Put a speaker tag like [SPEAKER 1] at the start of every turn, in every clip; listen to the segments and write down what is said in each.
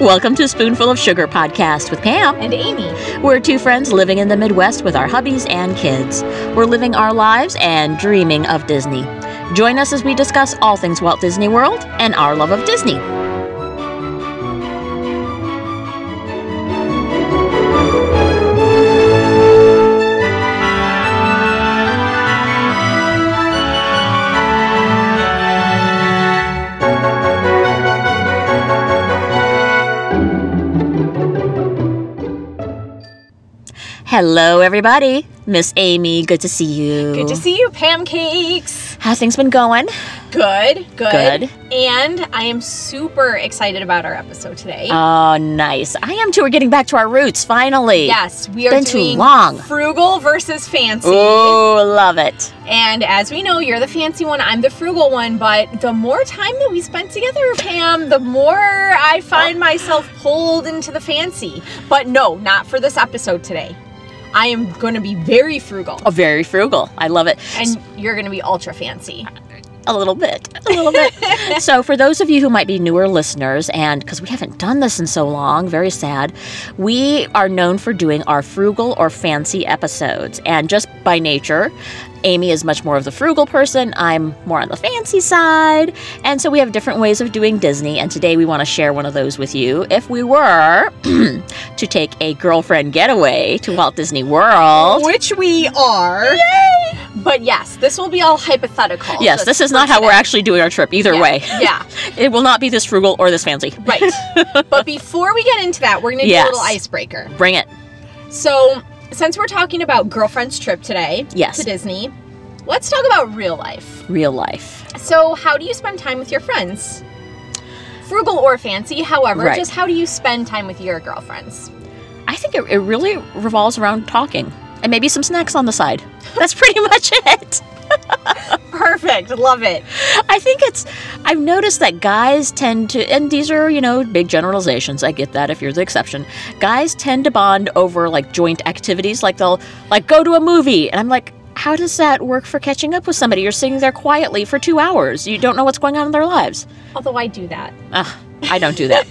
[SPEAKER 1] Welcome to Spoonful of Sugar podcast with Pam.
[SPEAKER 2] and Amy.
[SPEAKER 1] We're two friends living in the Midwest with our hubbies and kids. We're living our lives and dreaming of Disney. Join us as we discuss all things Walt Disney World and our love of Disney. Hello, everybody. Miss Amy, good to see you.
[SPEAKER 2] Good to see you, pancakes.
[SPEAKER 1] How's things been going?
[SPEAKER 2] Good, good,
[SPEAKER 1] Good.
[SPEAKER 2] And I am super excited about our episode today.
[SPEAKER 1] Oh, nice. I am too. We're getting back to our roots finally.
[SPEAKER 2] yes, we are
[SPEAKER 1] been too
[SPEAKER 2] doing
[SPEAKER 1] long.
[SPEAKER 2] frugal versus fancy.
[SPEAKER 1] Oh, love it.
[SPEAKER 2] And as we know, you're the fancy one, I'm the frugal one, but the more time that we spend together, Pam, the more I
[SPEAKER 1] Oh.
[SPEAKER 2] find myself pulled into the fancy. But no, not for this episode today. I am going to be very frugal.
[SPEAKER 1] Oh, very frugal. I love it.
[SPEAKER 2] And you're going to be ultra fancy.
[SPEAKER 1] a little bit a little bit so for those of you who might be newer listeners and because we haven't done this in so long very sad we are known for doing our frugal or fancy episodes and just by nature amy is much more of the frugal person i'm more on the fancy side and so we have different ways of doing disney and today we want to share one of those with you if we were to take a girlfriend getaway to walt disney world
[SPEAKER 2] Which we are. But yes, this will be all hypothetical.
[SPEAKER 1] Yes,
[SPEAKER 2] just
[SPEAKER 1] this is
[SPEAKER 2] for
[SPEAKER 1] not how we're
[SPEAKER 2] today.
[SPEAKER 1] actually doing our trip, either
[SPEAKER 2] Oh, Yeah,
[SPEAKER 1] way.
[SPEAKER 2] Yeah,
[SPEAKER 1] It will not be this frugal or this fancy.
[SPEAKER 2] right. but before we get into that, we're going to
[SPEAKER 1] Yes.
[SPEAKER 2] do a little icebreaker.
[SPEAKER 1] Bring it.
[SPEAKER 2] So, since we're talking about girlfriend's trip today
[SPEAKER 1] Yes.
[SPEAKER 2] to Disney, let's talk about real life.
[SPEAKER 1] Real life.
[SPEAKER 2] So, how do you spend time with your friends? Frugal or fancy, however,
[SPEAKER 1] Right.
[SPEAKER 2] just how do you spend time with your girlfriends?
[SPEAKER 1] I think it, it really revolves around talking and maybe some snacks on the side. That's pretty much it.
[SPEAKER 2] Perfect. Love it.
[SPEAKER 1] I think it's, I've noticed that guys tend to, and these are, you know, big generalizations. I get that if you're the exception. Guys tend to bond over like joint activities, like they'll, like, go to a movie. And I'm like, how does that work for catching up with somebody? You're sitting there quietly for two hours. You don't know what's going on in their lives.
[SPEAKER 2] Although I do that.
[SPEAKER 1] Ugh, Ah, I don't do that.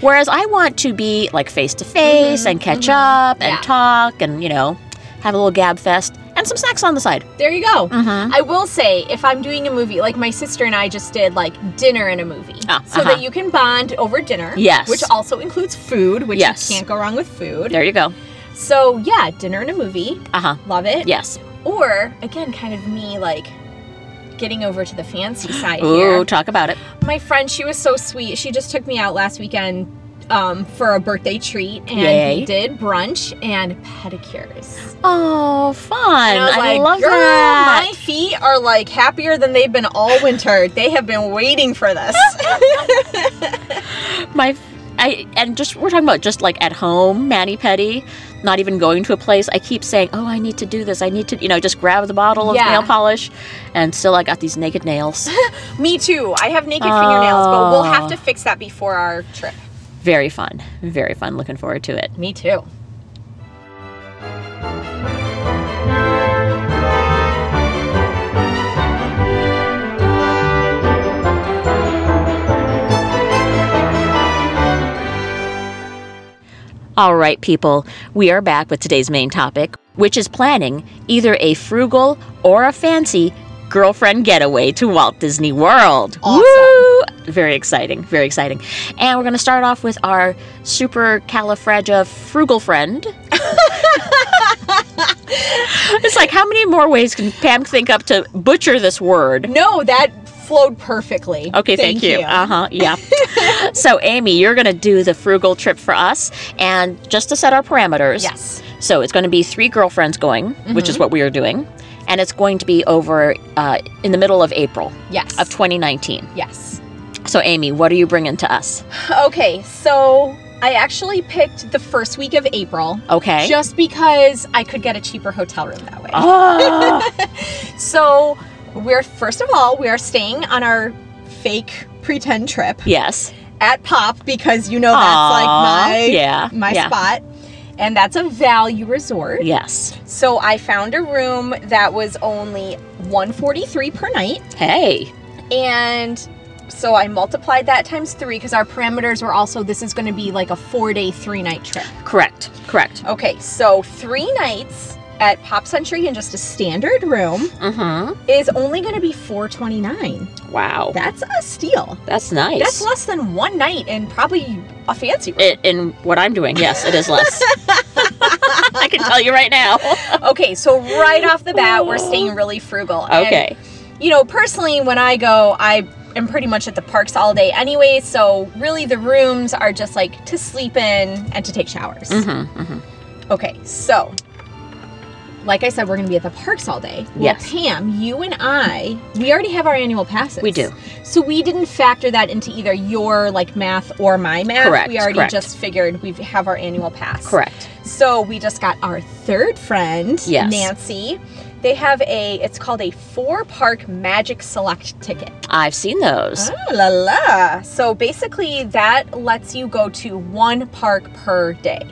[SPEAKER 1] Whereas I want to be like face to face and catch up and
[SPEAKER 2] Mm-hmm, Yeah.
[SPEAKER 1] talk and, you know, have a little gab fest and some snacks on the side.
[SPEAKER 2] There you go.
[SPEAKER 1] Mm-hmm.
[SPEAKER 2] I will say, if I'm doing a movie, like my sister and I just did, like dinner and a movie,
[SPEAKER 1] Ah,
[SPEAKER 2] so
[SPEAKER 1] uh-huh.
[SPEAKER 2] that you can bond over dinner.
[SPEAKER 1] Yes.
[SPEAKER 2] which also includes food, which
[SPEAKER 1] Yes.
[SPEAKER 2] you can't go wrong with food.
[SPEAKER 1] There you go.
[SPEAKER 2] So yeah, dinner and a movie,
[SPEAKER 1] Uh huh.
[SPEAKER 2] love it.
[SPEAKER 1] Yes.
[SPEAKER 2] Or again, kind of me like getting over to the fancy side
[SPEAKER 1] Ooh,
[SPEAKER 2] here.
[SPEAKER 1] talk about it.
[SPEAKER 2] My friend, she was so sweet. She just took me out last weekend. Um, for a birthday treat, and
[SPEAKER 1] Yay.
[SPEAKER 2] we did brunch and pedicures.
[SPEAKER 1] Oh, fun.
[SPEAKER 2] And I was like,
[SPEAKER 1] love
[SPEAKER 2] girl,
[SPEAKER 1] that.
[SPEAKER 2] my feet are like happier than they've been all winter. They have been waiting for this.
[SPEAKER 1] my I and just we're talking about just like at home, mani pedi, not even going to a place. I keep saying, "Oh, I need to do this. I need to," you know, just grab the bottle of
[SPEAKER 2] Yeah.
[SPEAKER 1] nail polish, and still I got these naked nails.
[SPEAKER 2] Me too. I have naked fingernails, but we'll
[SPEAKER 1] Oh.
[SPEAKER 2] have to fix that before our trip.
[SPEAKER 1] Very fun. Very fun. Looking forward to it.
[SPEAKER 2] Me too.
[SPEAKER 1] All right, people, we are back with today's main topic, which is planning either a frugal or a fancy girlfriend getaway to Walt Disney World.
[SPEAKER 2] Awesome.
[SPEAKER 1] Woo! Very exciting, very exciting. And we're going to start off with our super califragia frugal friend. it's like, how many more ways can Pam think up to butcher this word?
[SPEAKER 2] No, that flowed perfectly.
[SPEAKER 1] Okay, thank, you. Uh huh. Yeah. so, Amy, you're going to do the frugal trip for us. And just to set our parameters.
[SPEAKER 2] Yes.
[SPEAKER 1] So, it's going to be three girlfriends going, which
[SPEAKER 2] Mm-hmm.
[SPEAKER 1] is what we are doing. And it's going to be over uh, in the middle of April
[SPEAKER 2] Yes.
[SPEAKER 1] of 2019.
[SPEAKER 2] yes.
[SPEAKER 1] So, Amy, what are you bringing to us?
[SPEAKER 2] Okay, so I actually picked the first week of April
[SPEAKER 1] Okay.
[SPEAKER 2] just because I could get a cheaper hotel room that way.
[SPEAKER 1] oh,
[SPEAKER 2] So we're first of all we are staying on our fake pretend trip
[SPEAKER 1] yes.
[SPEAKER 2] at Pop because you know that's like
[SPEAKER 1] Aw,
[SPEAKER 2] my
[SPEAKER 1] yeah,
[SPEAKER 2] my
[SPEAKER 1] yeah.
[SPEAKER 2] spot. And that's a value resort.
[SPEAKER 1] Yes.
[SPEAKER 2] So I found a room that was only 143 per night
[SPEAKER 1] Hey.
[SPEAKER 2] and So I multiplied that times three because our parameters were also this is going to be like a four day, three night trip.
[SPEAKER 1] Correct. Correct.
[SPEAKER 2] Okay, so three nights at Pop Century in just a standard room
[SPEAKER 1] Mm-hmm.
[SPEAKER 2] is only going to be 429
[SPEAKER 1] Wow.
[SPEAKER 2] That's a steal.
[SPEAKER 1] That's nice.
[SPEAKER 2] That's less than one night and probably a fancy room.
[SPEAKER 1] it, in what I'm doing, yes, it is less. I can tell you right now.
[SPEAKER 2] okay, so right off the bat, we're staying really frugal. And,
[SPEAKER 1] Okay.
[SPEAKER 2] you know, personally, when I go, I am pretty much at the parks all day anyway, so really the rooms are just like to sleep in and to take showers.
[SPEAKER 1] Mm-hmm, hmm
[SPEAKER 2] Okay, so like I said, we're going to be at the parks all day. Well,
[SPEAKER 1] Yes.
[SPEAKER 2] Pam, you and I, we already have our annual passes.
[SPEAKER 1] We do.
[SPEAKER 2] So we didn't factor that into either your like math or my math.
[SPEAKER 1] Correct,
[SPEAKER 2] We already
[SPEAKER 1] correct.
[SPEAKER 2] just figured we have our annual pass.
[SPEAKER 1] Correct.
[SPEAKER 2] So we just got our third friend,
[SPEAKER 1] Yes.
[SPEAKER 2] Nancy. They have a it's called a four park magic select ticket.
[SPEAKER 1] I've seen those.
[SPEAKER 2] Ah, la la. So basically that lets you go to one park per day.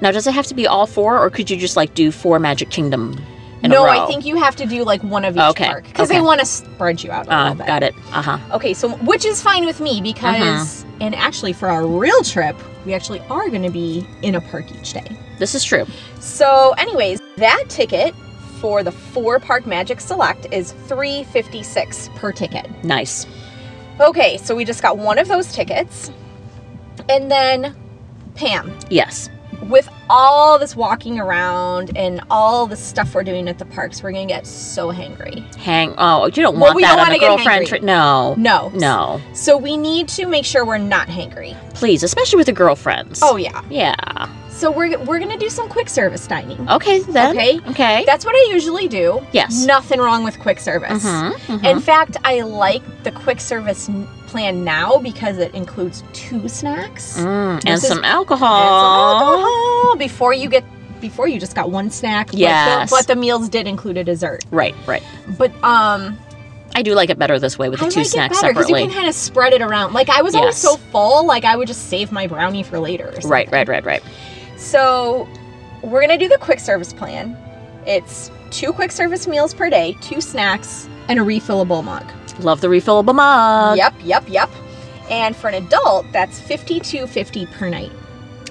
[SPEAKER 1] Now, does it have to be all four, or could you just like do four Magic Kingdom in
[SPEAKER 2] no,
[SPEAKER 1] a row?
[SPEAKER 2] I think you have to do like one of each
[SPEAKER 1] Okay,
[SPEAKER 2] park because
[SPEAKER 1] okay.
[SPEAKER 2] they want to spread you out a
[SPEAKER 1] Uh,
[SPEAKER 2] little bit.
[SPEAKER 1] got it. Uh-huh. Uh huh.
[SPEAKER 2] Okay, so which is fine with me because, and actually for our real trip, we actually are going to be in a park each day.
[SPEAKER 1] This is true.
[SPEAKER 2] So, anyways, that ticket for the four park magic select is 356 per ticket.
[SPEAKER 1] Nice.
[SPEAKER 2] Okay, so we just got one of those tickets. And then Pam,
[SPEAKER 1] Yes.
[SPEAKER 2] with all this walking around and all the stuff we're doing at the parks, we're going to get so hangry.
[SPEAKER 1] Hang. Oh, you don't
[SPEAKER 2] Well,
[SPEAKER 1] want
[SPEAKER 2] we
[SPEAKER 1] that
[SPEAKER 2] don't
[SPEAKER 1] on
[SPEAKER 2] wanna
[SPEAKER 1] a
[SPEAKER 2] get
[SPEAKER 1] girlfriend
[SPEAKER 2] hangry.
[SPEAKER 1] trip. No.
[SPEAKER 2] No.
[SPEAKER 1] No.
[SPEAKER 2] So we need to make sure we're not hangry.
[SPEAKER 1] Please, especially with the girlfriends.
[SPEAKER 2] Oh yeah.
[SPEAKER 1] Yeah.
[SPEAKER 2] So we're we're going to do some quick service dining.
[SPEAKER 1] Okay Oh, then.
[SPEAKER 2] Okay.
[SPEAKER 1] Okay.
[SPEAKER 2] That's what I usually do.
[SPEAKER 1] Yes.
[SPEAKER 2] Nothing wrong with quick service.
[SPEAKER 1] Mhm, mhm.
[SPEAKER 2] In fact, I like the quick service n- plan now because it includes two snacks and
[SPEAKER 1] Mm, and
[SPEAKER 2] This is-
[SPEAKER 1] some
[SPEAKER 2] some
[SPEAKER 1] alcohol.
[SPEAKER 2] alcohol before you get before you just got one snack. but the-
[SPEAKER 1] Yes.
[SPEAKER 2] But the, meals did include a dessert.
[SPEAKER 1] Right. Right.
[SPEAKER 2] But um,
[SPEAKER 1] I do like it better this way with the
[SPEAKER 2] I
[SPEAKER 1] two
[SPEAKER 2] like
[SPEAKER 1] snacks
[SPEAKER 2] it better because you
[SPEAKER 1] separately.
[SPEAKER 2] can kind of spread it around. Like I was always
[SPEAKER 1] Yes.
[SPEAKER 2] so full, like I would just save my brownie for later. or
[SPEAKER 1] Right,
[SPEAKER 2] something.
[SPEAKER 1] right, right, right.
[SPEAKER 2] So we're gonna do the quick service plan. It's two quick service meals per day, two snacks, and a refillable mug.
[SPEAKER 1] Love the refillable mug.
[SPEAKER 2] yep, yep, yep. And for an adult, that's fifty two fifty per night.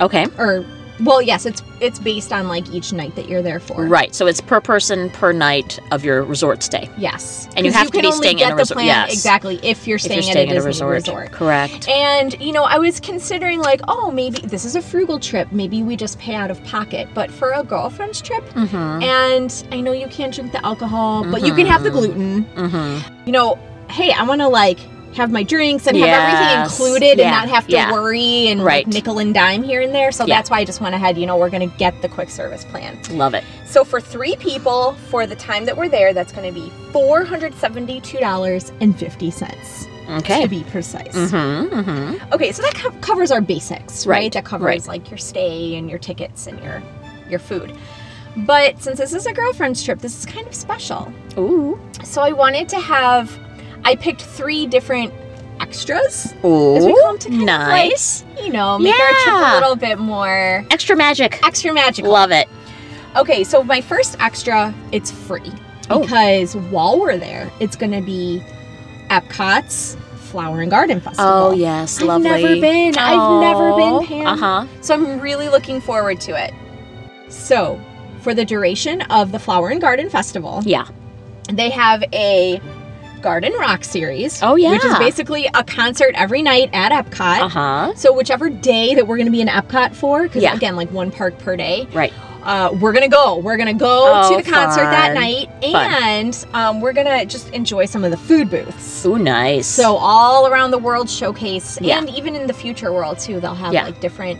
[SPEAKER 1] Okay.
[SPEAKER 2] Or well, yes, it's it's based on like each night that you're there for.
[SPEAKER 1] Right. So it's per person per night of your resort stay.
[SPEAKER 2] Yes.
[SPEAKER 1] And you
[SPEAKER 2] 'Cause
[SPEAKER 1] have to
[SPEAKER 2] can
[SPEAKER 1] be
[SPEAKER 2] only
[SPEAKER 1] staying in
[SPEAKER 2] get
[SPEAKER 1] a
[SPEAKER 2] the
[SPEAKER 1] resort-
[SPEAKER 2] Plan,
[SPEAKER 1] yes.
[SPEAKER 2] Exactly. If you're
[SPEAKER 1] If
[SPEAKER 2] staying,
[SPEAKER 1] you're staying
[SPEAKER 2] at a,
[SPEAKER 1] at a
[SPEAKER 2] Disney
[SPEAKER 1] resort. Correct.
[SPEAKER 2] And you know, I was considering like, oh, maybe this is a frugal trip. Maybe we just pay out of pocket. But for a girlfriend's trip,
[SPEAKER 1] Mm-hmm.
[SPEAKER 2] and I know you can't drink the alcohol, but you can have the
[SPEAKER 1] Mhm.
[SPEAKER 2] gluten.
[SPEAKER 1] Mm-hmm.
[SPEAKER 2] You know, hey, I want to like have my drinks and have
[SPEAKER 1] Yes.
[SPEAKER 2] everything included
[SPEAKER 1] Yeah.
[SPEAKER 2] and not have to
[SPEAKER 1] Yeah.
[SPEAKER 2] worry and like,
[SPEAKER 1] Right.
[SPEAKER 2] nickel and dime here and there. So
[SPEAKER 1] Yeah.
[SPEAKER 2] that's why I just went ahead. You know, we're going to get the quick service plan.
[SPEAKER 1] Love it.
[SPEAKER 2] So for three people, for the time that we're there, that's going to be four hundred seventy-two dollars and fifty cents
[SPEAKER 1] Okay.
[SPEAKER 2] to be precise.
[SPEAKER 1] Mm-hmm. Mm-hmm.
[SPEAKER 2] Okay, so that co- covers our basics, right?
[SPEAKER 1] Right,
[SPEAKER 2] That covers
[SPEAKER 1] right.
[SPEAKER 2] like your stay and your tickets and your your food. But since this is a girlfriend's trip, this is kind of special.
[SPEAKER 1] Ooh.
[SPEAKER 2] So I wanted to have I picked three different extras, as we
[SPEAKER 1] Ooh.
[SPEAKER 2] call them, to kind
[SPEAKER 1] Nice.
[SPEAKER 2] of like, you know, make our trip
[SPEAKER 1] Yeah.
[SPEAKER 2] a little bit more
[SPEAKER 1] Extra magic.
[SPEAKER 2] extra magical.
[SPEAKER 1] Love it.
[SPEAKER 2] Okay, so my first extra, it's free
[SPEAKER 1] Oh.
[SPEAKER 2] because while we're there, it's going to be Epcot's Flower and Garden Festival.
[SPEAKER 1] Oh yes.
[SPEAKER 2] I've
[SPEAKER 1] Lovely.
[SPEAKER 2] never been. I've never been, Pam.
[SPEAKER 1] Uh huh.
[SPEAKER 2] So I'm really looking forward to it. So, for the duration of the Flower and Garden Festival,
[SPEAKER 1] Yeah.
[SPEAKER 2] they have a Garden Rock series.
[SPEAKER 1] Oh,
[SPEAKER 2] Which is
[SPEAKER 1] yeah.
[SPEAKER 2] basically a concert every night at Epcot.
[SPEAKER 1] Uh huh.
[SPEAKER 2] So, whichever day that we're going to be in Epcot for, because
[SPEAKER 1] Yeah.
[SPEAKER 2] again, like one park per day,
[SPEAKER 1] Right.
[SPEAKER 2] uh, we're going to go. We're going to go
[SPEAKER 1] Oh,
[SPEAKER 2] to the concert that
[SPEAKER 1] fun.
[SPEAKER 2] night
[SPEAKER 1] Fun.
[SPEAKER 2] and um, we're going to just enjoy some of the food booths.
[SPEAKER 1] Ooh, nice.
[SPEAKER 2] So all around the world showcase,
[SPEAKER 1] Yeah.
[SPEAKER 2] and even in the future world too, they'll have
[SPEAKER 1] Yeah.
[SPEAKER 2] like different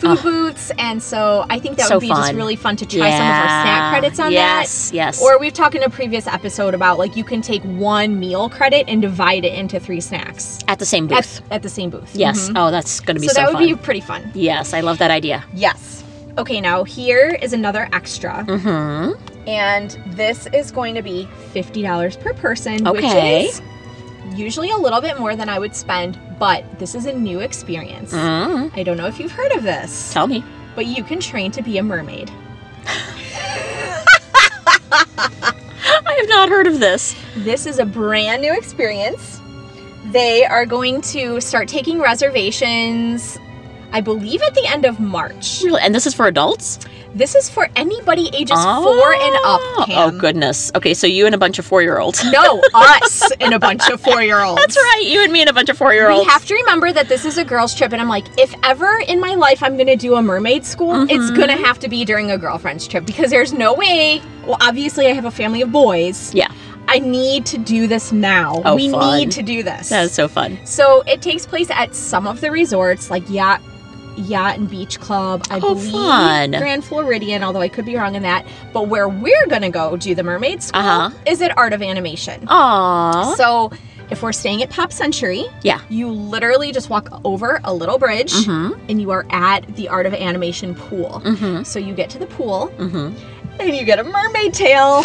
[SPEAKER 2] food
[SPEAKER 1] Ugh.
[SPEAKER 2] booths, and so I think that
[SPEAKER 1] So
[SPEAKER 2] would be just
[SPEAKER 1] fun.
[SPEAKER 2] really fun to try some of our
[SPEAKER 1] Yeah.
[SPEAKER 2] snack credits on
[SPEAKER 1] yes,
[SPEAKER 2] that.
[SPEAKER 1] Yes.
[SPEAKER 2] Or we've talked in a previous episode about like you can take one meal credit and divide it into three snacks
[SPEAKER 1] at the same
[SPEAKER 2] at,
[SPEAKER 1] booth.
[SPEAKER 2] at the same booth.
[SPEAKER 1] Yes.
[SPEAKER 2] Mhm.
[SPEAKER 1] Oh, that's gonna be
[SPEAKER 2] so
[SPEAKER 1] so,
[SPEAKER 2] that would
[SPEAKER 1] fun.
[SPEAKER 2] be pretty fun.
[SPEAKER 1] yes, I love that idea.
[SPEAKER 2] Yes. Okay, now here is another extra,
[SPEAKER 1] Mm-hmm.
[SPEAKER 2] and this is going to be fifty dollars per person,
[SPEAKER 1] Okay.
[SPEAKER 2] which is usually a little bit more than I would spend, but this is a new experience.
[SPEAKER 1] Mm-hmm.
[SPEAKER 2] I don't know if you've heard of this,
[SPEAKER 1] Tell me.
[SPEAKER 2] but you can train to be a mermaid.
[SPEAKER 1] I have not heard of this.
[SPEAKER 2] This is a brand new experience They are going to start taking reservations, I believe, at the end of March.
[SPEAKER 1] Really? And this is for adults?
[SPEAKER 2] This is for anybody ages four and
[SPEAKER 1] Oh,
[SPEAKER 2] up. Pam.
[SPEAKER 1] Oh, goodness. Okay, so you and a bunch of four year olds.
[SPEAKER 2] No, us and a bunch of four year olds.
[SPEAKER 1] That's right. You and me and a bunch of four year
[SPEAKER 2] We
[SPEAKER 1] olds.
[SPEAKER 2] have to remember that this is a girls' trip, and I'm like, if ever in my life I'm gonna do a mermaid school,
[SPEAKER 1] Mm-hmm.
[SPEAKER 2] it's gonna have to be during a girlfriend's trip because there's no way. Well, obviously, I have a family of boys.
[SPEAKER 1] Yeah.
[SPEAKER 2] I need to do this now.
[SPEAKER 1] Oh,
[SPEAKER 2] we
[SPEAKER 1] fun.
[SPEAKER 2] need to do this.
[SPEAKER 1] That is so fun.
[SPEAKER 2] So it takes place at some of the resorts, like Yacht, Yacht and Beach Club. I
[SPEAKER 1] Oh,
[SPEAKER 2] believe
[SPEAKER 1] fun.
[SPEAKER 2] Grand Floridian, although I could be wrong in that. But where we're gonna go do the mermaid school
[SPEAKER 1] Uh-huh.
[SPEAKER 2] is at Art of Animation.
[SPEAKER 1] Aww.
[SPEAKER 2] So if we're staying at Pop Century,
[SPEAKER 1] Uh-huh. Yeah.
[SPEAKER 2] you literally just walk over a little bridge
[SPEAKER 1] Mm
[SPEAKER 2] and you are at the Art of Animation pool.
[SPEAKER 1] hmm. Mm
[SPEAKER 2] So you get to the pool
[SPEAKER 1] hmm. Mm
[SPEAKER 2] and you get a mermaid tail.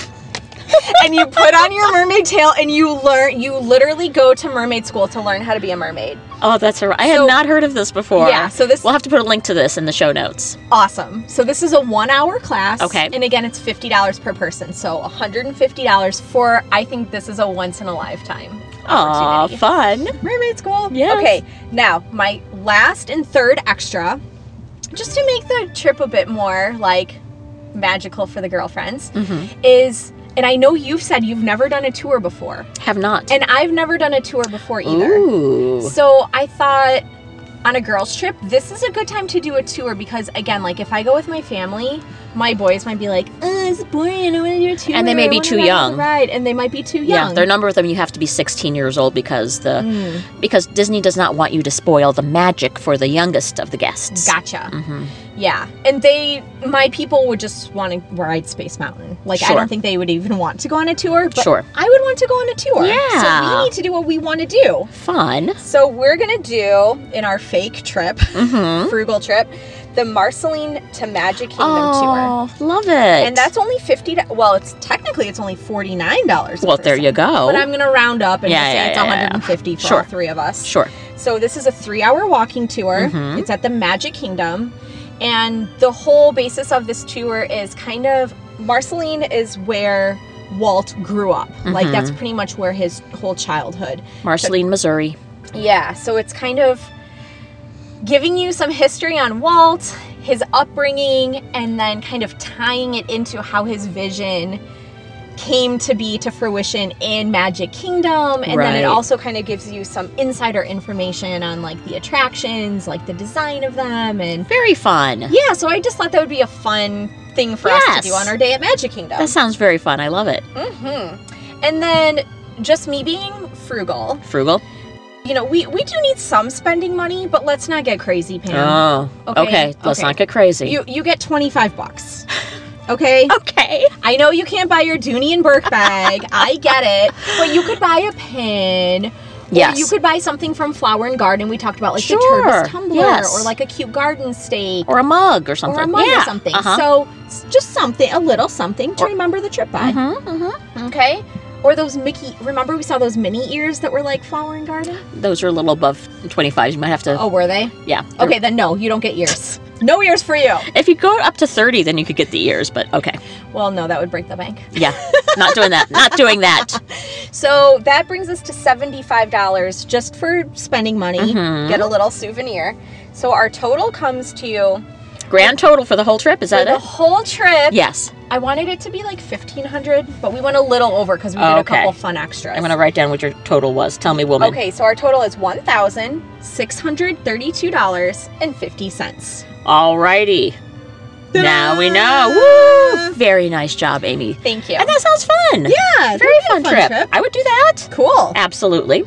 [SPEAKER 2] and you put on your mermaid tail and you learn you literally go to mermaid school to learn how to be a mermaid.
[SPEAKER 1] hmm. Oh, that's all right. I
[SPEAKER 2] So-
[SPEAKER 1] had not heard of this before.
[SPEAKER 2] Yeah, so this
[SPEAKER 1] We'll have to put a link to this in the show notes.
[SPEAKER 2] awesome. So this is a 1-hour class
[SPEAKER 1] Okay.
[SPEAKER 2] and again it's $50 per person. So $150 for I think this is a once in a lifetime.
[SPEAKER 1] Aw,
[SPEAKER 2] opportunity.
[SPEAKER 1] fun.
[SPEAKER 2] Mermaid school.
[SPEAKER 1] Yes.
[SPEAKER 2] Okay. Now, my last and third extra, just to make the trip a bit more like magical for the girlfriends,
[SPEAKER 1] Mm-hmm.
[SPEAKER 2] is and I know you've said you've never done a tour before,
[SPEAKER 1] Have not.
[SPEAKER 2] and I've never done a tour before either.
[SPEAKER 1] Ooh.
[SPEAKER 2] So I thought on a girls' trip, this is a good time to do a tour because again, like if I go with my family, my boys might be like, "Ugh, "It's boring. I don't want to do a tour."
[SPEAKER 1] And they may
[SPEAKER 2] I
[SPEAKER 1] be
[SPEAKER 2] wanna
[SPEAKER 1] too
[SPEAKER 2] ride on
[SPEAKER 1] young.
[SPEAKER 2] the Ride, and they might be too young.
[SPEAKER 1] Yeah, their number of them you have to be 16 years old because the
[SPEAKER 2] Mm.
[SPEAKER 1] because Disney does not want you to spoil the magic for the youngest of the guests.
[SPEAKER 2] Gotcha.
[SPEAKER 1] hmm
[SPEAKER 2] Yeah, and they, my people would just want to ride Space Mountain. Like I
[SPEAKER 1] Sure.
[SPEAKER 2] don't think they would even want to go on a tour. But
[SPEAKER 1] Sure.
[SPEAKER 2] I would want to go on a tour. So
[SPEAKER 1] Yeah.
[SPEAKER 2] we need to do what we want to do.
[SPEAKER 1] Fun.
[SPEAKER 2] So we're gonna do in our fake trip,
[SPEAKER 1] Mm-hmm.
[SPEAKER 2] frugal trip, the Marceline to Magic Kingdom tour,
[SPEAKER 1] Oh, love it.
[SPEAKER 2] and that's only fifty. do- Well, it's technically it's only forty nine dollars.
[SPEAKER 1] well. There you go.
[SPEAKER 2] But I'm gonna round up and
[SPEAKER 1] Yeah,
[SPEAKER 2] just say
[SPEAKER 1] yeah,
[SPEAKER 2] it's
[SPEAKER 1] yeah,
[SPEAKER 2] one
[SPEAKER 1] yeah.
[SPEAKER 2] hundred and fifty for all
[SPEAKER 1] Sure.
[SPEAKER 2] three of us.
[SPEAKER 1] sure.
[SPEAKER 2] So this is a three-hour walking tour.
[SPEAKER 1] Mhm.
[SPEAKER 2] It's at the Magic Kingdom, and the whole basis of this tour is kind of Marceline is where Walt grew up. Like
[SPEAKER 1] Mhm.
[SPEAKER 2] that's pretty much where his whole childhood.
[SPEAKER 1] Marceline, Missouri.
[SPEAKER 2] Yeah. So it's kind of giving you some history on Walt, his upbringing, and then kind of tying it into how his vision came to be to fruition in Magic Kingdom. And then
[SPEAKER 1] Right.
[SPEAKER 2] it also kind of gives you some insider information on like the attractions, like the design of them. And
[SPEAKER 1] Very fun.
[SPEAKER 2] yeah, so I just thought that would be a fun thing for us to do
[SPEAKER 1] Yes.
[SPEAKER 2] on our day at Magic Kingdom.
[SPEAKER 1] That sounds very fun. I love it.
[SPEAKER 2] mm-hmm. And then just me being frugal,
[SPEAKER 1] Frugal.
[SPEAKER 2] you know, we, we do need some spending money, but let's not get crazy, Pam.
[SPEAKER 1] Oh.
[SPEAKER 2] Okay,
[SPEAKER 1] Okay. Let's
[SPEAKER 2] okay.
[SPEAKER 1] not get crazy.
[SPEAKER 2] You you get 25 bucks. Okay?
[SPEAKER 1] okay.
[SPEAKER 2] I know you can't buy your Dooney and Burke bag. I get it. But you could buy a pin. Or
[SPEAKER 1] Yes.
[SPEAKER 2] You could buy something from Flower and Garden. We talked about like the
[SPEAKER 1] Sure,
[SPEAKER 2] Turbis tumbler
[SPEAKER 1] yes.
[SPEAKER 2] or like a cute garden stake
[SPEAKER 1] or a mug or something.
[SPEAKER 2] or a mug
[SPEAKER 1] yeah.
[SPEAKER 2] or something.
[SPEAKER 1] Uh-huh.
[SPEAKER 2] So s- just something, a little something to remember the trip by.
[SPEAKER 1] Mhm, mhm.
[SPEAKER 2] Okay? Or those Mickey, remember we saw those mini ears that were like Flower and Garden?
[SPEAKER 1] Those are a little above 25. You might have to.
[SPEAKER 2] Oh, were they?
[SPEAKER 1] Yeah.
[SPEAKER 2] Okay, then no, you don't get ears. No ears for you.
[SPEAKER 1] If you go up to 30, then you could get the ears, but okay.
[SPEAKER 2] Well, no, that would break the bank.
[SPEAKER 1] Yeah. Not doing that. Not doing that.
[SPEAKER 2] So that brings us to $75 just for spending money,
[SPEAKER 1] Mhm.
[SPEAKER 2] get a little souvenir. So our total comes to
[SPEAKER 1] Grand total for the whole trip, is
[SPEAKER 2] for
[SPEAKER 1] that
[SPEAKER 2] the
[SPEAKER 1] it?
[SPEAKER 2] whole trip.
[SPEAKER 1] Yes.
[SPEAKER 2] I wanted it to be like 1500, but we went a little over cuz we did
[SPEAKER 1] Okay.
[SPEAKER 2] a couple fun extras.
[SPEAKER 1] I'm going to write down what your total was. Tell me, woman.
[SPEAKER 2] Okay, so our total is $1,632.50.
[SPEAKER 1] All righty. Now we know. Woo! Very nice job, Amy.
[SPEAKER 2] Thank you.
[SPEAKER 1] And that sounds fun.
[SPEAKER 2] yeah,
[SPEAKER 1] Very
[SPEAKER 2] that'd
[SPEAKER 1] fun,
[SPEAKER 2] be a
[SPEAKER 1] trip. I would do that.
[SPEAKER 2] Cool.
[SPEAKER 1] Absolutely.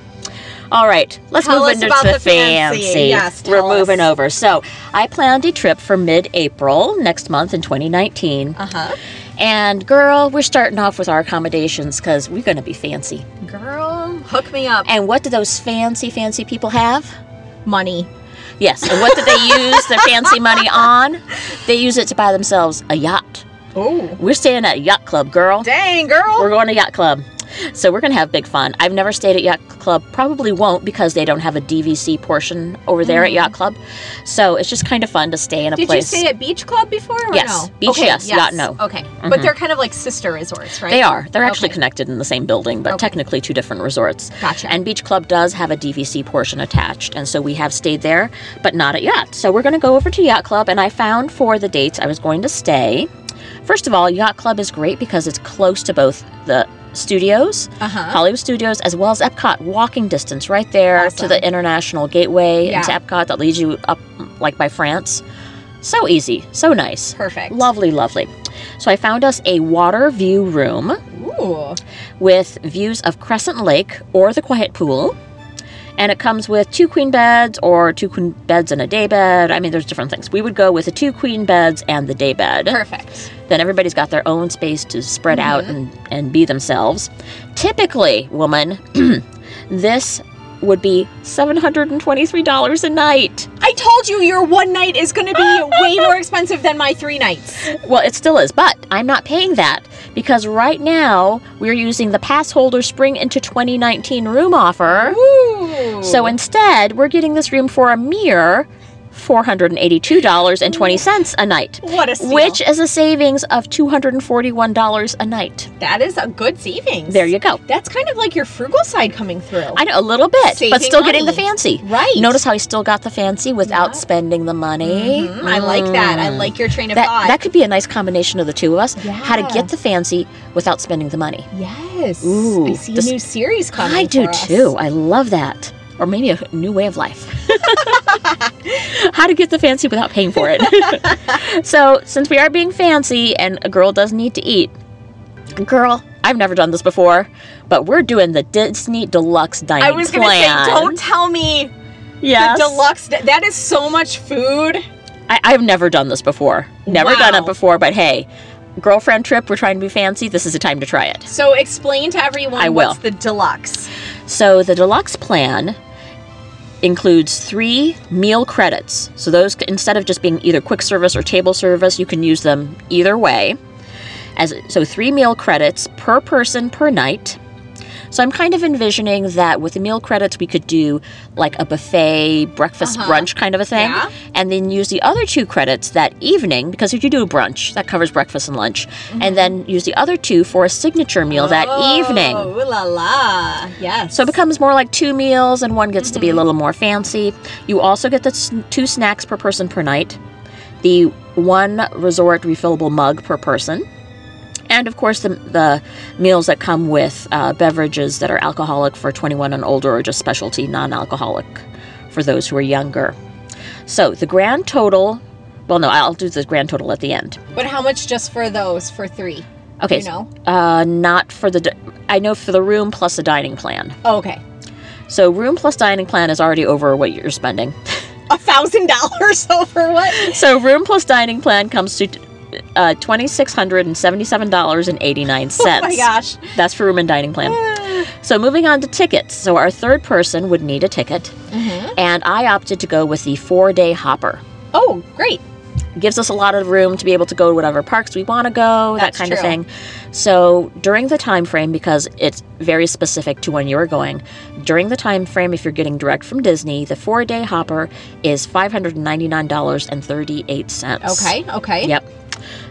[SPEAKER 1] All right, let's
[SPEAKER 2] Tell
[SPEAKER 1] move
[SPEAKER 2] us
[SPEAKER 1] into
[SPEAKER 2] about
[SPEAKER 1] the,
[SPEAKER 2] the fancy.
[SPEAKER 1] fancy.
[SPEAKER 2] Yes, tell
[SPEAKER 1] We're
[SPEAKER 2] us.
[SPEAKER 1] moving over. So, I planned a trip for mid April next month in 2019.
[SPEAKER 2] Uh-huh.
[SPEAKER 1] And, girl, we're starting off with our accommodations because we're going to be fancy.
[SPEAKER 2] Girl, hook me up.
[SPEAKER 1] And what do those fancy, fancy people have?
[SPEAKER 2] Money.
[SPEAKER 1] Yes. And what did they use their fancy money on? They use it to buy themselves a yacht.
[SPEAKER 2] Oh.
[SPEAKER 1] We're staying at Yacht Club, girl.
[SPEAKER 2] Dang, girl.
[SPEAKER 1] We're going to Yacht Club. So we're going to have big fun. I've never stayed at Yacht Club, probably won't because they don't have a DVC portion over there at Yacht Club. So it's just kind of fun to stay in a
[SPEAKER 2] Mm-hmm. Did
[SPEAKER 1] place.
[SPEAKER 2] you stay at Beach Club before? Or
[SPEAKER 1] Yes.
[SPEAKER 2] No?
[SPEAKER 1] Beach, yes. Yacht, no. Mm-hmm.
[SPEAKER 2] Okay. But they're kind of like sister resorts, right?
[SPEAKER 1] They are. They're actually
[SPEAKER 2] Okay.
[SPEAKER 1] connected in the same building, but
[SPEAKER 2] Okay.
[SPEAKER 1] technically two different resorts.
[SPEAKER 2] Gotcha.
[SPEAKER 1] And Beach Club does have a DVC portion attached, and so we have stayed there, but not at Yacht. So we're going to go over to Yacht Club, and I found for the dates I was going to stay. First of all, Yacht Club is great because it's close to both the studios,
[SPEAKER 2] Uh-huh.
[SPEAKER 1] Hollywood Studios, as well as Epcot, walking distance right there to
[SPEAKER 2] Awesome.
[SPEAKER 1] the International Gateway
[SPEAKER 2] Yeah.
[SPEAKER 1] into Epcot that leads you up like by France. So easy, so nice.
[SPEAKER 2] Perfect.
[SPEAKER 1] Lovely, lovely. So I found us a water view room
[SPEAKER 2] Ooh.
[SPEAKER 1] with views of Crescent Lake or the Quiet Pool. And it comes with two queen beds or two queen beds and a day bed. I mean, there's different things. We would go with the two queen beds and the day bed.
[SPEAKER 2] Perfect.
[SPEAKER 1] Then everybody's got their own space to spread out
[SPEAKER 2] Mhm.
[SPEAKER 1] and, and be themselves. Typically, woman, this would be $723 a night.
[SPEAKER 2] I told you your one night is going to be way more expensive than my three nights.
[SPEAKER 1] Well, it still is, but I'm not paying that because right now we're using the pass holder spring into 2019 room offer.
[SPEAKER 2] Ooh.
[SPEAKER 1] So instead, we're getting this room for a mere $482.20 a night,
[SPEAKER 2] what a steal.
[SPEAKER 1] which is a savings of $241 a night.
[SPEAKER 2] that is a good savings.
[SPEAKER 1] There you go.
[SPEAKER 2] That's kind of like your frugal side coming through.
[SPEAKER 1] I know a little bit, but
[SPEAKER 2] Saving
[SPEAKER 1] still getting the
[SPEAKER 2] money.
[SPEAKER 1] fancy.
[SPEAKER 2] right.
[SPEAKER 1] Notice how I still got the fancy without
[SPEAKER 2] Yeah.
[SPEAKER 1] spending the money.
[SPEAKER 2] Mhm. I like that. I
[SPEAKER 1] Mm.
[SPEAKER 2] like your train of
[SPEAKER 1] that.
[SPEAKER 2] thought.
[SPEAKER 1] That could be a nice combination of the two of us. How to
[SPEAKER 2] Yeah.
[SPEAKER 1] get the fancy without spending the money.
[SPEAKER 2] yes.
[SPEAKER 1] Ooh,
[SPEAKER 2] I see
[SPEAKER 1] this-
[SPEAKER 2] a new series coming.
[SPEAKER 1] I do
[SPEAKER 2] for us.
[SPEAKER 1] too. I love that. Or maybe a new way of life. How to get the fancy without paying for it. so, since we are being fancy and a girl does need to eat, girl, I've never done this before, but we're doing the Disney Deluxe Dining
[SPEAKER 2] I was gonna
[SPEAKER 1] Plan.
[SPEAKER 2] say, don't tell me
[SPEAKER 1] Yes.
[SPEAKER 2] the deluxe. That is so much food.
[SPEAKER 1] I, I've never done this before. Never done
[SPEAKER 2] Wow.
[SPEAKER 1] it before, but hey, girlfriend trip, we're trying to be fancy. This is a time to try it.
[SPEAKER 2] So explain to everyone
[SPEAKER 1] I will.
[SPEAKER 2] what's the deluxe.
[SPEAKER 1] So the deluxe plan includes three meal credits. So those instead of just being either quick service or table service, you can use them either way. As so three meal credits per person per night. So I'm kind of envisioning that with the meal credits we could do like a buffet, breakfast,
[SPEAKER 2] Uh-huh.
[SPEAKER 1] brunch kind of a thing
[SPEAKER 2] Yeah.
[SPEAKER 1] and then use the other two credits that evening because if you do a brunch, that covers breakfast and lunch, and then use the other two for a signature meal that evening.
[SPEAKER 2] Mm-hmm. Oh, ooh la la. Yes.
[SPEAKER 1] So it becomes more like two meals, and one gets to
[SPEAKER 2] Mm-hmm.
[SPEAKER 1] be a little more fancy. You also get the sn- two snacks per person per night, the one resort refillable mug per person, and of course the, the meals that come with uh, beverages that are alcoholic for 21 and older, or just specialty non alcoholic for those who are younger. So the grand total, well, no, I'll do the grand total at the end.
[SPEAKER 2] But how much just for those for three?
[SPEAKER 1] Okay,
[SPEAKER 2] You know.
[SPEAKER 1] uh, not for the, di- I know for the room plus the dining plan.
[SPEAKER 2] Oh, okay.
[SPEAKER 1] So room plus dining plan is already over what you're spending.
[SPEAKER 2] A thousand dollars over what?
[SPEAKER 1] So room plus dining plan comes to uh, twenty six hundred and seventy seven dollars and eighty nine
[SPEAKER 2] Oh
[SPEAKER 1] cents.
[SPEAKER 2] my gosh.
[SPEAKER 1] That's for room and dining plan.
[SPEAKER 2] Mhm.
[SPEAKER 1] So moving on to tickets. So our third person would need a ticket,
[SPEAKER 2] Mm-hmm.
[SPEAKER 1] and I opted to go with the four day hopper.
[SPEAKER 2] Oh, great.
[SPEAKER 1] gives us a lot of room to be able to go to whatever parks we want to go,
[SPEAKER 2] That's
[SPEAKER 1] that kind of
[SPEAKER 2] true.
[SPEAKER 1] thing. So during the time frame, because it's very specific to when you are going, during the time frame, if you're getting direct from Disney, the four day hopper is five hundred ninety nine dollars and thirty eight cents.
[SPEAKER 2] Okay. Okay.
[SPEAKER 1] Yep.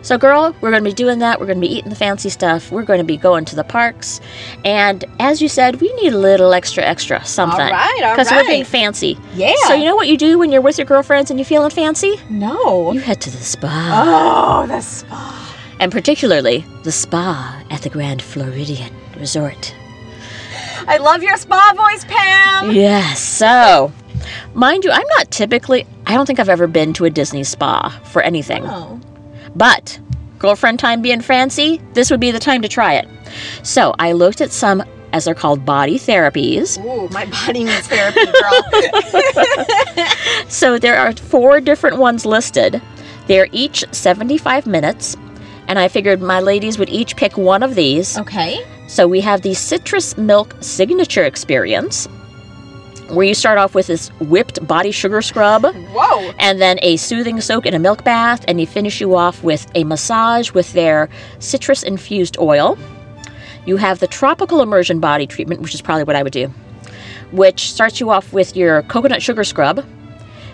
[SPEAKER 1] So, girl, we're going to be doing that. We're going to be eating the fancy stuff. We're going to be going to the parks. And as you said, we need a little extra, extra something.
[SPEAKER 2] All right. All
[SPEAKER 1] Because we're being
[SPEAKER 2] right.
[SPEAKER 1] fancy.
[SPEAKER 2] Yeah.
[SPEAKER 1] So, you know what you do when you're with your girlfriends and you're feeling fancy?
[SPEAKER 2] No.
[SPEAKER 1] You head to the spa.
[SPEAKER 2] Oh, the spa.
[SPEAKER 1] and particularly the spa at the Grand Floridian Resort.
[SPEAKER 2] I love your spa voice, Pam.
[SPEAKER 1] Yes, so mind you, I'm not typically, I don't think I've ever been to a Disney spa for anything,
[SPEAKER 2] Oh.
[SPEAKER 1] but girlfriend time being fancy, this would be the time to try it. So I looked at some, as they're called, body therapies.
[SPEAKER 2] Ooh, my body needs therapy, girl.
[SPEAKER 1] So there are four different ones listed. They're each 75 minutes, and I figured my ladies would each pick one of these.
[SPEAKER 2] okay.
[SPEAKER 1] So we have the citrus milk signature experience, where you start off with this whipped body sugar scrub,
[SPEAKER 2] Whoa.
[SPEAKER 1] and then a soothing soak in a milk bath, and they finish you off with a massage with their citrus infused oil. You have the tropical immersion body treatment, which is probably what I would do, which starts you off with your coconut sugar scrub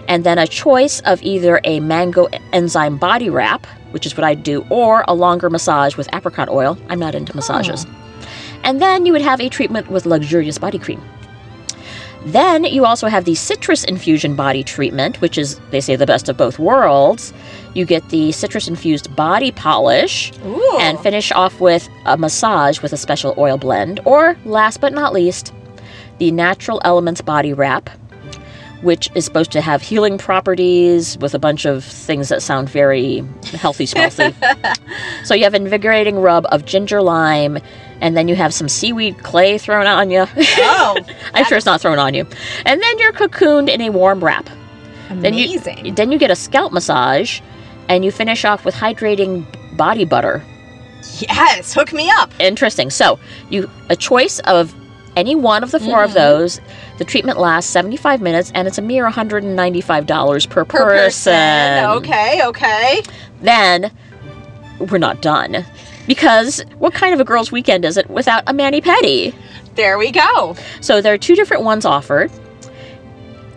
[SPEAKER 1] and then a choice of either a mango enzyme body wrap, which is what I do, or a longer massage with apricot oil. I'm not into massages. And then you would have a treatment with luxurious body cream. Then you also have the citrus infusion body treatment, which is, they say, the best of both worlds. You get the citrus infused body polish
[SPEAKER 2] Ooh.
[SPEAKER 1] and finish off with a massage with a special oil blend. Or, last but not least, the natural elements body wrap, which is supposed to have healing properties with a bunch of things that sound very healthy, smelthy. so you have invigorating rub of ginger lime, and then you have some seaweed clay thrown on you.
[SPEAKER 2] oh,
[SPEAKER 1] I'm sure it's not thrown on you. And then you're cocooned in a warm wrap. Then you-
[SPEAKER 2] amazing.
[SPEAKER 1] Then you get a scalp massage, and you finish off with hydrating body butter.
[SPEAKER 2] yes, hook me up.
[SPEAKER 1] interesting. So you a choice of any one of the 4 of
[SPEAKER 2] Mhm.
[SPEAKER 1] those. The treatment lasts seventy five minutes, and it's a mere one hundred and ninety five dollars per,
[SPEAKER 2] Per person. Okay, okay.
[SPEAKER 1] Then we're not done because what kind of a girls' weekend is it without a mani pedi?
[SPEAKER 2] There we go.
[SPEAKER 1] So there are two different ones offered.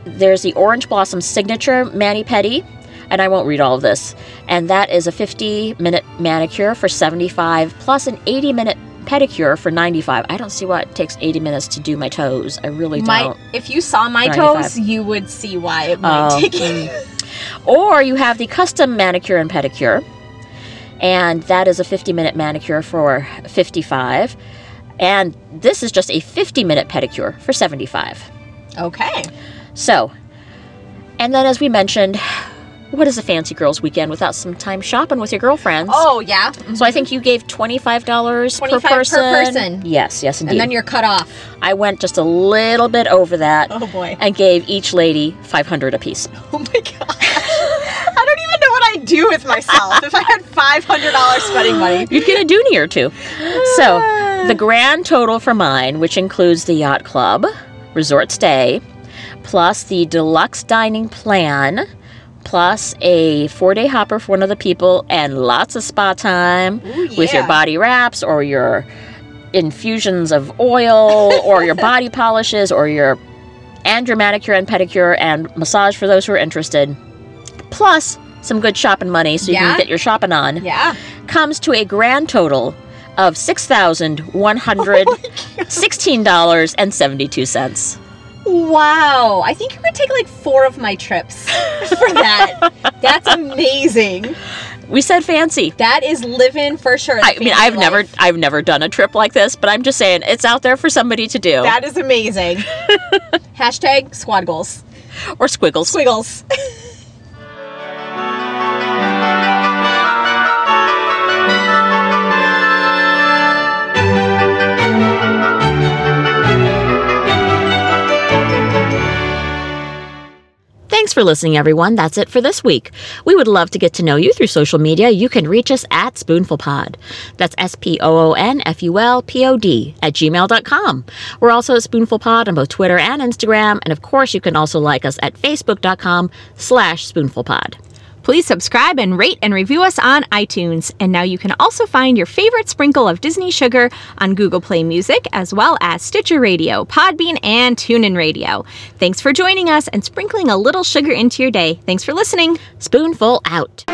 [SPEAKER 1] There's the Orange Blossom Signature Mani Pedi, and I won't read all of this. And that is a 50 minute manicure for 75 plus an 80 minute pedicure for 95. I don't see why it takes 80 minutes to do my toes. I really
[SPEAKER 2] My,
[SPEAKER 1] don't.
[SPEAKER 2] if you saw my
[SPEAKER 1] 95.
[SPEAKER 2] toes, you would see why it might
[SPEAKER 1] Oh,
[SPEAKER 2] take you.
[SPEAKER 1] Or you have the custom manicure and pedicure, and that is a 50 minute manicure for 55. And this is just a 50 minute pedicure for 75.
[SPEAKER 2] Okay.
[SPEAKER 1] So, and then as we mentioned, what is a fancy girls weekend without some time shopping with your girlfriends?
[SPEAKER 2] Oh, yeah. Mhm.
[SPEAKER 1] So I think you gave $25, per
[SPEAKER 2] 25 per
[SPEAKER 1] person.
[SPEAKER 2] person.
[SPEAKER 1] Yes, yes indeed.
[SPEAKER 2] And then you're cut off.
[SPEAKER 1] I went just a little bit over that
[SPEAKER 2] Oh, boy.
[SPEAKER 1] and gave each lady 500 apiece.
[SPEAKER 2] Oh, my God. I don't even know what I'd do with myself if I had $500 spending money.
[SPEAKER 1] You'd get a dooney or two.
[SPEAKER 2] Ah.
[SPEAKER 1] So, the grand total for mine, which includes the yacht club, resort stay, plus the deluxe dining plan, plus a four day hopper for one of the people, and lots of spa time
[SPEAKER 2] Ooh,
[SPEAKER 1] with your
[SPEAKER 2] yeah.
[SPEAKER 1] body wraps or your infusions of oil or your body polishes or your and your manicure and pedicure and massage for those who are interested, plus some good shopping money so you
[SPEAKER 2] Yeah.
[SPEAKER 1] can get your shopping on
[SPEAKER 2] Yeah.
[SPEAKER 1] comes to a grand total of six thousand one hundred sixteen dollars and seventy two cents.
[SPEAKER 2] Wow. I think you could take like four of my trips for that. That's amazing.
[SPEAKER 1] We said fancy.
[SPEAKER 2] That is living for sure. the
[SPEAKER 1] I mean,
[SPEAKER 2] family
[SPEAKER 1] I've
[SPEAKER 2] life.
[SPEAKER 1] never, I've never done a trip like this, but I'm just saying it's out there for somebody to do.
[SPEAKER 2] That is amazing. Hashtag squad goals.
[SPEAKER 1] or squiggles.
[SPEAKER 2] Squiggles.
[SPEAKER 1] Thanks for listening, everyone. That's it for this week. We would love to get to know you through social media. You can reach us at SpoonfulPod. That's S P O O N F U L P O D at gmail.com. We're also at SpoonfulPod on both Twitter and Instagram. And of course, you can also like us at facebook.com slash SpoonfulPod.
[SPEAKER 2] Please subscribe and rate and review us on iTunes. And now you can also find your favorite sprinkle of Disney sugar on Google Play Music, as well as Stitcher Radio, Podbean, and TuneIn Radio. Thanks for joining us and sprinkling a little sugar into your day. Thanks for listening.
[SPEAKER 1] Spoonful out.